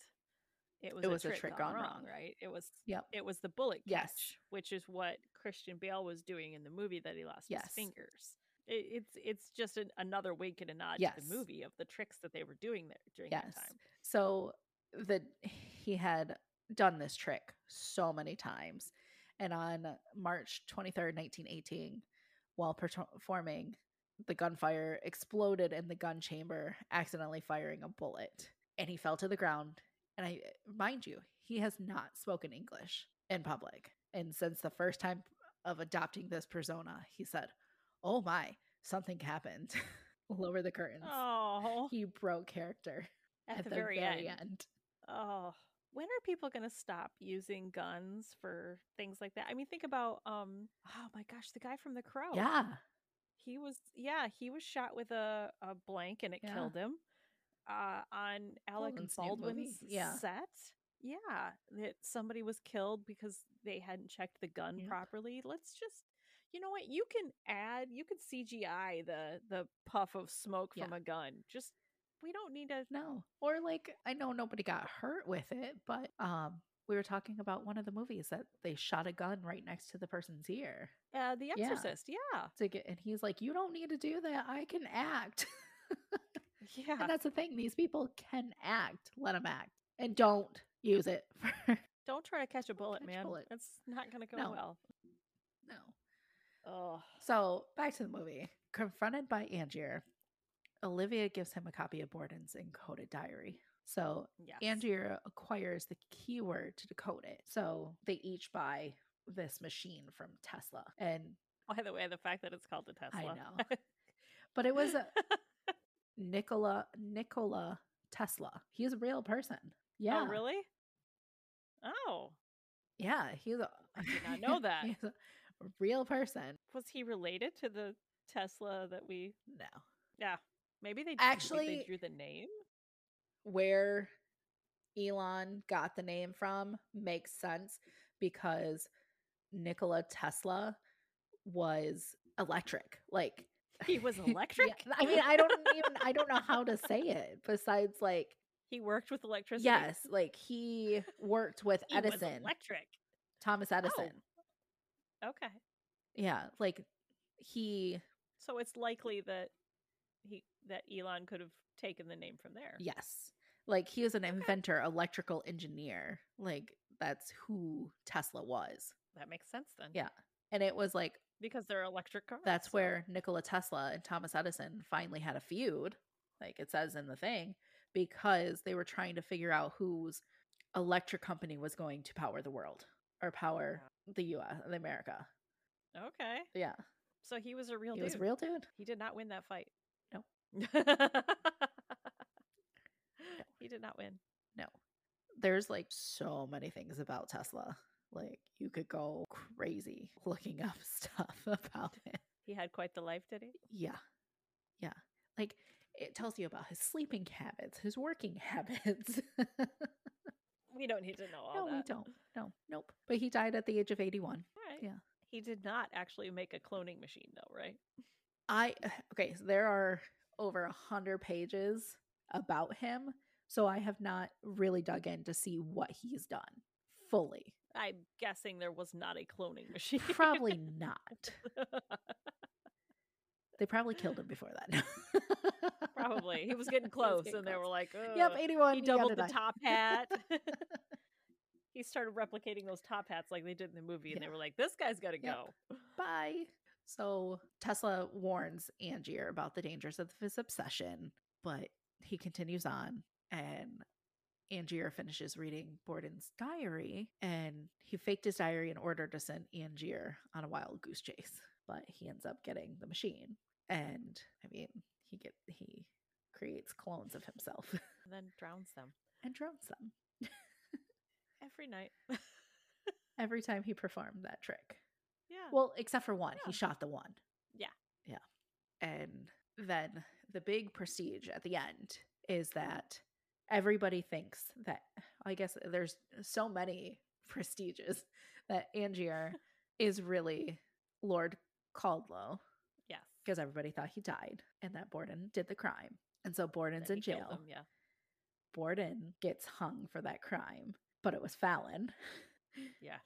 Speaker 3: It was,
Speaker 2: It
Speaker 3: a,
Speaker 2: was
Speaker 3: trick gone, wrong, right? It was
Speaker 2: Yep.
Speaker 3: it was the bullet catch,
Speaker 2: Yes.
Speaker 3: which is what Christian Bale was doing in the movie that he lost
Speaker 2: Yes.
Speaker 3: his fingers. It, it's it's just an, another wink and a nod to
Speaker 2: Yes.
Speaker 3: the movie of the tricks that they were doing there during that
Speaker 2: Yes.
Speaker 3: time.
Speaker 2: So the he had done this trick so many times. And on March 23rd, 1918, while perto- performing, the gunfire exploded in the gun chamber, accidentally firing a bullet. And he fell to the ground. And I mind you, he has not spoken English in public. And since the first time of adopting this persona, he said, Oh my, something happened. [LAUGHS] Lower the curtains.
Speaker 3: Oh,
Speaker 2: He broke character
Speaker 3: at, the, very, end.
Speaker 2: end.
Speaker 3: Oh, when are people going to stop using guns for things like that? I mean, think about um. Oh my gosh, the guy from The Crow.
Speaker 2: Yeah.
Speaker 3: he was yeah he was shot with a, a blank and it
Speaker 2: Yeah. Oh,
Speaker 3: killed him uh, on alec
Speaker 2: one's new movie.
Speaker 3: baldwin's
Speaker 2: Yeah.
Speaker 3: set yeah that somebody was killed because they hadn't checked the gun
Speaker 2: Yep.
Speaker 3: properly let's just you know what you can add you can cgi the the puff of smoke
Speaker 2: Yeah.
Speaker 3: from a gun just we don't need to
Speaker 2: No. Or like I know nobody got hurt with it, but um we were talking about one of the movies that they shot a gun right next to the person's ear
Speaker 3: uh, the
Speaker 2: Yeah.
Speaker 3: exorcist yeah
Speaker 2: to get and he's like, You don't need to do that. I can
Speaker 3: [LAUGHS]
Speaker 2: act.
Speaker 3: yeah,
Speaker 2: and that's the thing, these people can act. Let them act. And don't use it [LAUGHS] for
Speaker 3: don't try to catch a bullet
Speaker 2: catch a
Speaker 3: man
Speaker 2: bullet.
Speaker 3: that's not gonna go
Speaker 2: No.
Speaker 3: well
Speaker 2: no.
Speaker 3: oh
Speaker 2: So back to the movie. Confronted by Angier, Olivia gives him a copy of Borden's encoded diary. So
Speaker 3: yeah
Speaker 2: Andrea acquires the keyword to decode it. So they each buy this machine from Tesla. And
Speaker 3: by the way the fact that it's called the tesla
Speaker 2: I know. but it
Speaker 3: [GASPS]
Speaker 2: was a Nikola Nikola Tesla. He's a real person. Yeah.
Speaker 3: Oh, really? Oh,
Speaker 2: Yeah, he's a [LAUGHS]
Speaker 3: I did not know that.
Speaker 2: he's a real person.
Speaker 3: was he related to the Tesla that we?
Speaker 2: No.
Speaker 3: Maybe they did- maybe
Speaker 2: Actually-
Speaker 3: they drew the
Speaker 2: [LAUGHS]
Speaker 3: name.
Speaker 2: Where Elon got the name from makes sense because Nikola Tesla was electric. Like
Speaker 3: He was
Speaker 2: [LAUGHS] Yeah,
Speaker 3: electric. [LAUGHS]
Speaker 2: I mean, I don't even I don't know how to say it besides like
Speaker 3: [LAUGHS] He worked with electricity.
Speaker 2: yes, like he worked with
Speaker 3: He was oh.
Speaker 2: Edison,
Speaker 3: electric.
Speaker 2: Thomas Edison.
Speaker 3: Okay,
Speaker 2: Yeah, like he
Speaker 3: so it's likely that he that Elon could have taken the name from there.
Speaker 2: yes. Like he was an inventor, electrical engineer. Like that's who Tesla was.
Speaker 3: that makes sense then.
Speaker 2: Yeah. And it was like
Speaker 3: because they're electric cars.
Speaker 2: that's
Speaker 3: so-
Speaker 2: where Nikola Tesla and Thomas Edison finally had a feud, like it says in the thing, because they were trying to figure out whose electric company was going to power the world or power the US, the America.
Speaker 3: Okay,
Speaker 2: Yeah.
Speaker 3: so he was a real.
Speaker 2: He
Speaker 3: dude.
Speaker 2: was a real dude.
Speaker 3: He did not win that fight.
Speaker 2: No.
Speaker 3: [LAUGHS] He did not win.
Speaker 2: No. There's like so many things about Tesla. Like you could go crazy looking up [LAUGHS] stuff about it.
Speaker 3: He had quite the life, did he?
Speaker 2: Yeah. Yeah. Like it tells you about his sleeping habits, his working [LAUGHS] habits.
Speaker 3: We don't need to know all
Speaker 2: no,
Speaker 3: that.
Speaker 2: we don't. No, nope. But he died at the age of 81.
Speaker 3: All right.
Speaker 2: Yeah.
Speaker 3: He did not actually make a cloning machine, though, right?
Speaker 2: I [SIGHS] okay, so there are over a hundred pages about him. So I have not really dug in to see what he's done fully.
Speaker 3: I'm guessing there was not a cloning [LAUGHS] machine.
Speaker 2: Probably not. They probably killed him before that.
Speaker 3: [LAUGHS]
Speaker 2: [LAUGHS]
Speaker 3: Probably. He was getting close,
Speaker 2: getting
Speaker 3: and they were
Speaker 2: close.
Speaker 3: like,
Speaker 2: Yep,
Speaker 3: "Ugh."
Speaker 2: 81.
Speaker 3: He
Speaker 2: you gotta
Speaker 3: doubled the
Speaker 2: die."
Speaker 3: top
Speaker 2: [LAUGHS]
Speaker 3: hat. [LAUGHS] he started replicating those top hats like they did in the movie, and
Speaker 2: Yeah.
Speaker 3: they were like, this guy's got to
Speaker 2: Yep.
Speaker 3: go.
Speaker 2: Bye. So Tesla warns Angier about the dangers of his obsession, but he continues on and Angier finishes reading Borden's diary and he faked his diary in order to send Angier on a wild goose chase. but he ends up getting the machine. And I mean, he get he creates clones of himself [LAUGHS]
Speaker 3: and then drowns them
Speaker 2: and drowns them
Speaker 3: every night.
Speaker 2: every time he performed that trick.
Speaker 3: [LAUGHS] yeah.
Speaker 2: Well, except for one.
Speaker 3: Yeah.
Speaker 2: He shot the one.
Speaker 3: Yeah.
Speaker 2: Yeah. And then the big prestige at the end is that everybody thinks that I guess there's so many [LAUGHS] prestiges that Angier
Speaker 3: [LAUGHS]
Speaker 2: is really Lord Caldlow
Speaker 3: yes.
Speaker 2: because everybody thought he died and that Borden did the crime. And so Borden's
Speaker 3: That
Speaker 2: in
Speaker 3: he killed
Speaker 2: jail.
Speaker 3: them, Yeah.
Speaker 2: Borden gets hung for that crime, but it was Fallon.
Speaker 3: Yes.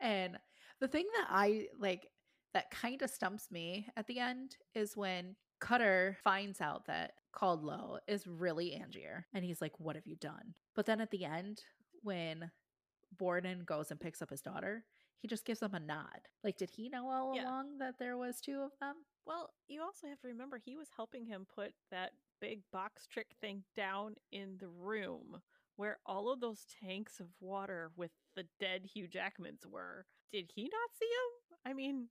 Speaker 2: And the thing that I like that kind of stumps me at the end is when Cutter finds out that Caldlow is really Angier and he's like, What have you done? But then at the end, when Borden goes and picks up his daughter, he just gives them a nod. Like, did he know all
Speaker 3: Yeah.
Speaker 2: along that there was two of them?
Speaker 3: Well, you also have to remember he was helping him put that big box trick thing down in the room where all of those tanks of water with the dead Hugh Jackmans were. Did he not see him? I mean,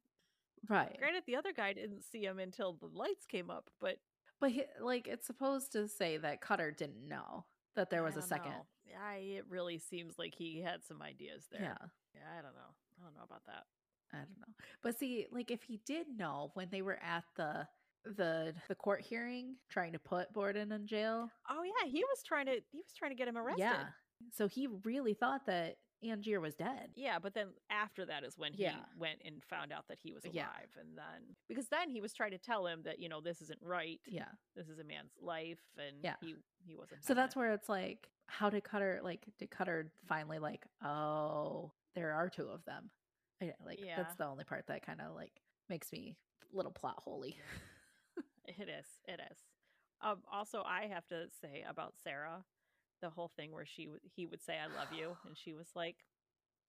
Speaker 2: Right.
Speaker 3: granted, the other guy didn't see him until the lights came up, but
Speaker 2: But he, like, it's supposed to say that Cutter didn't know that there
Speaker 3: I
Speaker 2: was a
Speaker 3: don't
Speaker 2: second.
Speaker 3: know. I, it really seems like he had some ideas there.
Speaker 2: Yeah.
Speaker 3: Yeah, I don't know. I don't know about that.
Speaker 2: I don't know. But see, like if he did know when they were at the the the court hearing trying to put Borden in jail.
Speaker 3: Oh yeah, he was trying to he was trying to get him arrested.
Speaker 2: Yeah. So he really thought that Angier was dead.
Speaker 3: Yeah, but then after that is when he
Speaker 2: Yeah.
Speaker 3: went and found out that he was alive.
Speaker 2: Yeah.
Speaker 3: And then, because then he was trying to tell him that, you know, this isn't right.
Speaker 2: Yeah.
Speaker 3: This is a man's life. And
Speaker 2: Yeah.
Speaker 3: he, he wasn't.
Speaker 2: So
Speaker 3: having
Speaker 2: that's
Speaker 3: it.
Speaker 2: where it's like, how did Cutter like did Cutter finally like, oh, there are two of them. I, like
Speaker 3: Yeah.
Speaker 2: that's the only part that kind of like makes me little plot holy. [LAUGHS]
Speaker 3: [LAUGHS] It is. It is. Um, also, I have to say about Sarah, the whole thing where she w- he would say, I love
Speaker 2: [SIGHS]
Speaker 3: you. And she was like,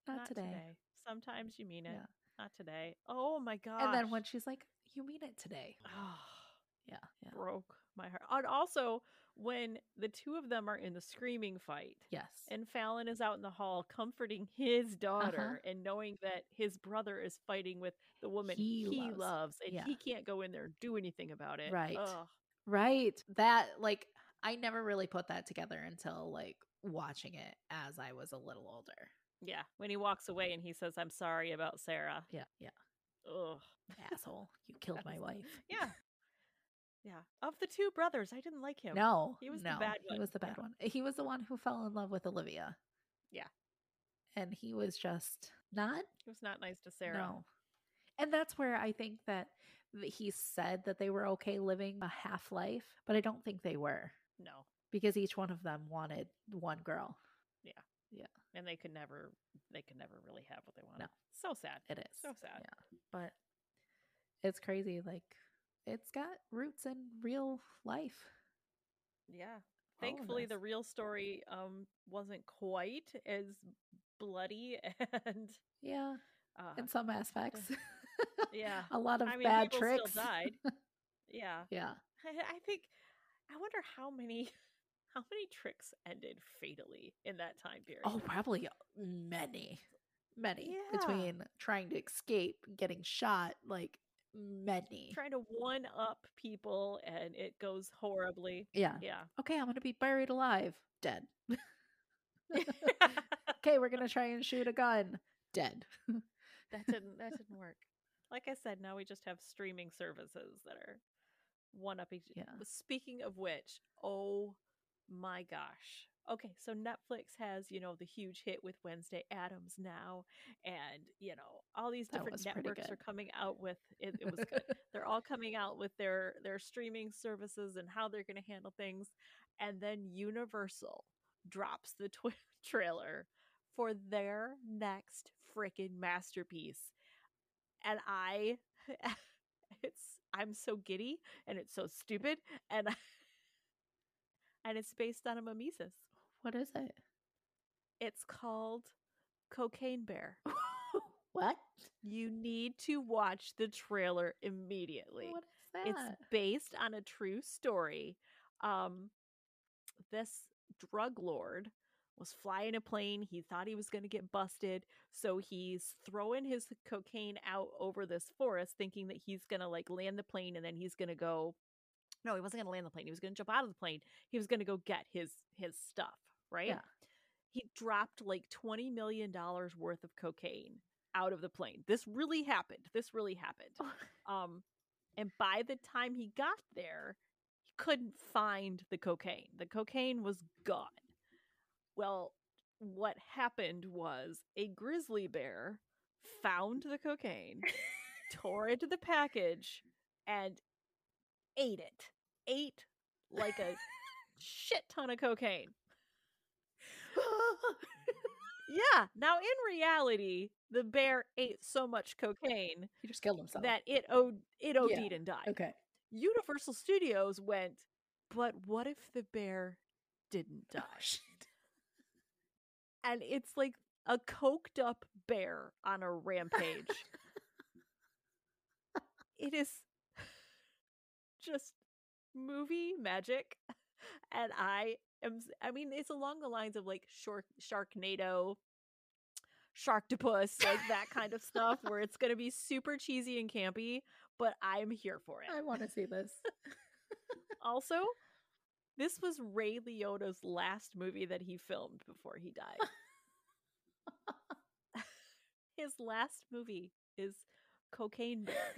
Speaker 2: Not, today.
Speaker 3: Sometimes you mean it.
Speaker 2: Yeah.
Speaker 3: Not today. Oh my God.
Speaker 2: And then when she's like, "You mean it today?" Yeah. Yeah.
Speaker 3: [SIGHS] broke my heart. And also, when the two of them are in the screaming fight.
Speaker 2: Yes.
Speaker 3: And Fallon is out in the hall comforting
Speaker 2: Uh-huh.
Speaker 3: his daughter and knowing that his brother is fighting with the woman
Speaker 2: He
Speaker 3: he,
Speaker 2: loves.
Speaker 3: loves. and
Speaker 2: Yeah.
Speaker 3: he can't go in there and do anything about it.
Speaker 2: Right.
Speaker 3: Ugh.
Speaker 2: Right. That like I never really put that together until like watching it as I was a little older.
Speaker 3: Yeah. When he walks away and he says, I'm sorry about Sarah.
Speaker 2: Yeah, yeah.
Speaker 3: Ugh.
Speaker 2: [LAUGHS] Asshole, you killed my
Speaker 3: That's-
Speaker 2: [LAUGHS] wife.
Speaker 3: Yeah. Yeah. Of the two brothers, I didn't like him.
Speaker 2: No,
Speaker 3: He was the
Speaker 2: no,
Speaker 3: bad
Speaker 2: He
Speaker 3: one.
Speaker 2: was the bad
Speaker 3: Yeah.
Speaker 2: one. He was the one who fell in love with Olivia.
Speaker 3: Yeah.
Speaker 2: and he was just not
Speaker 3: He was not nice to Sarah.
Speaker 2: No. And that's where I think that th- he said that they were okay living a half life, but I don't think they were
Speaker 3: No.
Speaker 2: because each one of them wanted one girl.
Speaker 3: And they could never they could never really have what they wanted.
Speaker 2: No.
Speaker 3: So sad.
Speaker 2: It is
Speaker 3: So sad.
Speaker 2: Yeah, but it's crazy. Like it's got roots in real life.
Speaker 3: Yeah.
Speaker 2: all of
Speaker 3: Thankfully, the
Speaker 2: this.
Speaker 3: real story um wasn't quite as bloody [LAUGHS] and
Speaker 2: yeah,
Speaker 3: uh,
Speaker 2: in some aspects, [LAUGHS]
Speaker 3: yeah.
Speaker 2: a lot of
Speaker 3: I mean,
Speaker 2: bad
Speaker 3: people still [LAUGHS]
Speaker 2: tricks.
Speaker 3: died. yeah. [LAUGHS]
Speaker 2: yeah,
Speaker 3: I, I think I wonder how many [LAUGHS] how many tricks ended fatally in that time period.
Speaker 2: oh, probably many, many
Speaker 3: Yeah.
Speaker 2: between trying to escape, getting shot, like many.
Speaker 3: trying to one up people and it goes horribly.
Speaker 2: yeah.
Speaker 3: Yeah.
Speaker 2: Okay, I'm gonna be buried alive, dead. okay, we're gonna try and shoot a gun, dead.
Speaker 3: [LAUGHS] that didn't that didn't work. Like I said, now we just have streaming services that are one up each.
Speaker 2: Yeah.
Speaker 3: Speaking of which, oh my gosh. Okay, so Netflix has, you know, the huge hit with Wednesday Adams now and, you know, all these
Speaker 2: That
Speaker 3: different
Speaker 2: was pretty
Speaker 3: networks are
Speaker 2: good.
Speaker 3: coming out with it, it
Speaker 2: [LAUGHS]
Speaker 3: was good. they're all coming out with their their streaming services and how they're going to handle things and then Universal drops the twi- [LAUGHS] trailer for their next freaking masterpiece. And I [LAUGHS] it's I'm so giddy and it's so stupid and [LAUGHS] and it's based on a mimesis.
Speaker 2: what is it? [LAUGHS]
Speaker 3: It's called Cocaine Bear.
Speaker 2: what?
Speaker 3: You need to watch the trailer immediately.
Speaker 2: What is that?
Speaker 3: It's based on a true story. Um, this drug lord was flying a plane. He thought he was going to get busted. So he's throwing his cocaine out over this forest, thinking that he's going to like land the plane and then he's going to go. No, he wasn't going to land the plane. He was going to jump out of the plane. He was going to go get his his stuff, right?
Speaker 2: Yeah.
Speaker 3: He dropped like $20 million worth of cocaine out of the plane. This really happened. This really happened. Um, and by the time he got there, he couldn't find the cocaine. The cocaine was gone. Well, what happened was a grizzly bear found the cocaine, tore into the package, and ate it. Ate like a shit ton of cocaine. Yeah. Now, in reality, the bear ate so much cocaine
Speaker 2: [LAUGHS] he just killed himself.
Speaker 3: that it o- it OD'd and died.
Speaker 2: okay. [LAUGHS]
Speaker 3: Universal Studios went, but what if the bear didn't die? and it's like a coked up bear on a rampage. it is [SIGHS] just movie magic, and I am. s- I mean, it's along the lines of like Shark Sharknado. Sharktopus, like that kind of stuff, where it's going to be super cheesy and campy, but I'm here for it.
Speaker 2: [LAUGHS] I want to see this.
Speaker 3: [LAUGHS] Also, this was Ray Liotta's last movie that he filmed before he [LAUGHS] died. His last movie is Cocaine Bear,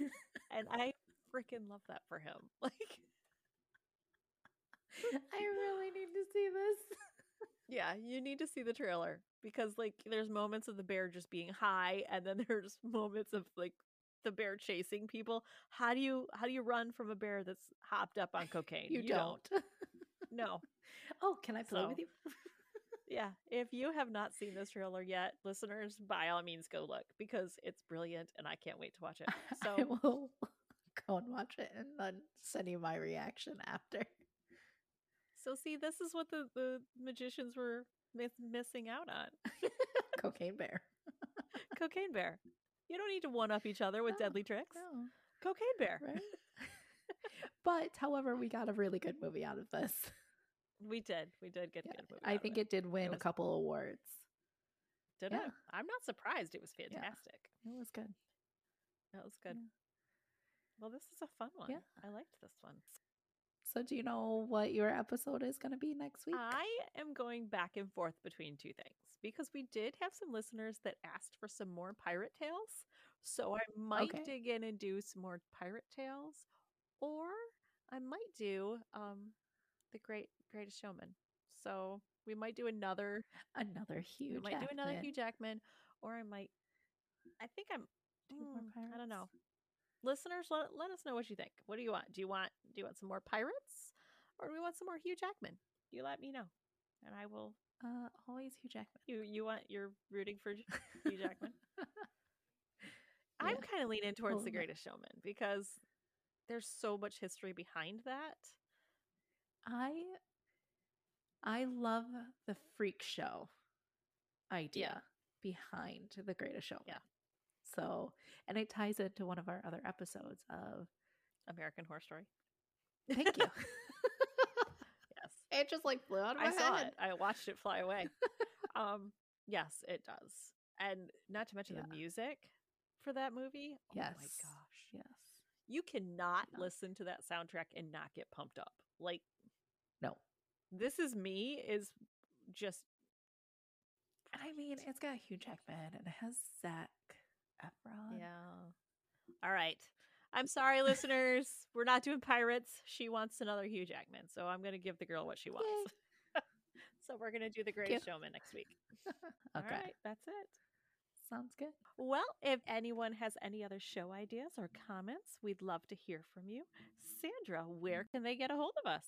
Speaker 3: and I freaking love that for him. [LAUGHS] Like,
Speaker 2: I really need to see this.
Speaker 3: yeah, you need to see the trailer because like there's moments of the bear just being high and then [LAUGHS] there's moments of like the bear chasing people. How do you how do you run from a bear that's hopped up [LAUGHS] on cocaine?
Speaker 2: You, don't. [LAUGHS]
Speaker 3: don't. No.
Speaker 2: Oh, can I play with
Speaker 3: So-
Speaker 2: you? [LAUGHS]
Speaker 3: Yeah, if you have not seen this trailer yet, listeners, by all means go look because it's brilliant and I can't wait to watch it.
Speaker 2: [LAUGHS] I
Speaker 3: So,
Speaker 2: will [LAUGHS] go and watch it and then send you my reaction after. [LAUGHS]
Speaker 3: so see, this is what the, the magicians were miss- missing out on.
Speaker 2: Cocaine Bear.
Speaker 3: Cocaine Bear. You don't need to one up each other with
Speaker 2: No,
Speaker 3: deadly tricks.
Speaker 2: No,
Speaker 3: Cocaine Bear.
Speaker 2: Oh, right? [LAUGHS] but however, we got a really good movie out of this.
Speaker 3: We did. We did get a
Speaker 2: Yeah,
Speaker 3: good movie.
Speaker 2: I think
Speaker 3: it
Speaker 2: it did win a
Speaker 3: was-
Speaker 2: couple awards.
Speaker 3: did.
Speaker 2: yeah.
Speaker 3: It? I'm not surprised. It was fantastic.
Speaker 2: It was good.
Speaker 3: That was good.
Speaker 2: Yeah.
Speaker 3: Well, this is a fun one.
Speaker 2: Yeah.
Speaker 3: I liked this one.
Speaker 2: So, do you know what your episode is going to be next week?
Speaker 3: I am going back and forth between two things because we did have some listeners that asked for some more pirate tales. So I might
Speaker 2: Okay.
Speaker 3: dig in and do some more pirate tales, or I might do um, the Great Greatest Showman. So we might do another.
Speaker 2: another huge.
Speaker 3: we might do another
Speaker 2: Jackman.
Speaker 3: Hugh Jackman, or I might. I think I'm.
Speaker 2: Do more
Speaker 3: mm, I don't
Speaker 2: pirates?
Speaker 3: know. Listeners, let, let us know what you think. What do you want? Do you want do you want some more pirates, or do we want some more Hugh Jackman? You let me know, and I will
Speaker 2: Uh, always Hugh Jackman.
Speaker 3: you you want you're rooting for J- Hugh [LAUGHS] Jackman? I'm
Speaker 2: Yeah.
Speaker 3: kind of leaning towards
Speaker 2: Well,
Speaker 3: The
Speaker 2: no.
Speaker 3: Greatest Showman because there's so much history behind that.
Speaker 2: I I love the freak show idea behind the greatest show.
Speaker 3: Yeah.
Speaker 2: So and it ties into one of our other episodes of
Speaker 3: American Horror Story.
Speaker 2: Thank you.
Speaker 3: Yes,
Speaker 2: [LAUGHS] it just like blew out of my
Speaker 3: I saw
Speaker 2: head.
Speaker 3: it. I watched it fly away. um, yes, it does, and not to mention the music for that movie. Oh my
Speaker 2: Yes.
Speaker 3: gosh,
Speaker 2: Yes.
Speaker 3: you cannot
Speaker 2: Yeah.
Speaker 3: listen to that soundtrack and not get pumped up. Like
Speaker 2: No.
Speaker 3: this is me is just
Speaker 2: And I mean it's got Hugh Jackman and it has Zach Efron.
Speaker 3: Yeah. All right. I'm sorry, listeners. We're not doing pirates. She wants another Hugh Jackman, so I'm going to give the girl what she wants. [LAUGHS] so we're going to do the Greatest Showman next week.
Speaker 2: Okay.
Speaker 3: All right, that's it.
Speaker 2: Sounds good.
Speaker 3: Well, if anyone has any other show ideas or comments, we'd love to hear from you. Sandra, where can they get a hold of us?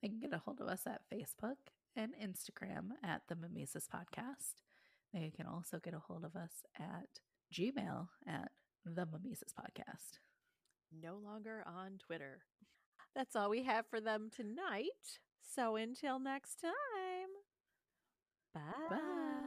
Speaker 2: They can get a hold of us at Facebook and Instagram at the Mimesis Podcast. They can also get a hold of us at Gmail at the Mimesis Podcast.
Speaker 3: No longer on Twitter. That's all we have for them tonight. So until next time, bye.
Speaker 2: Bye.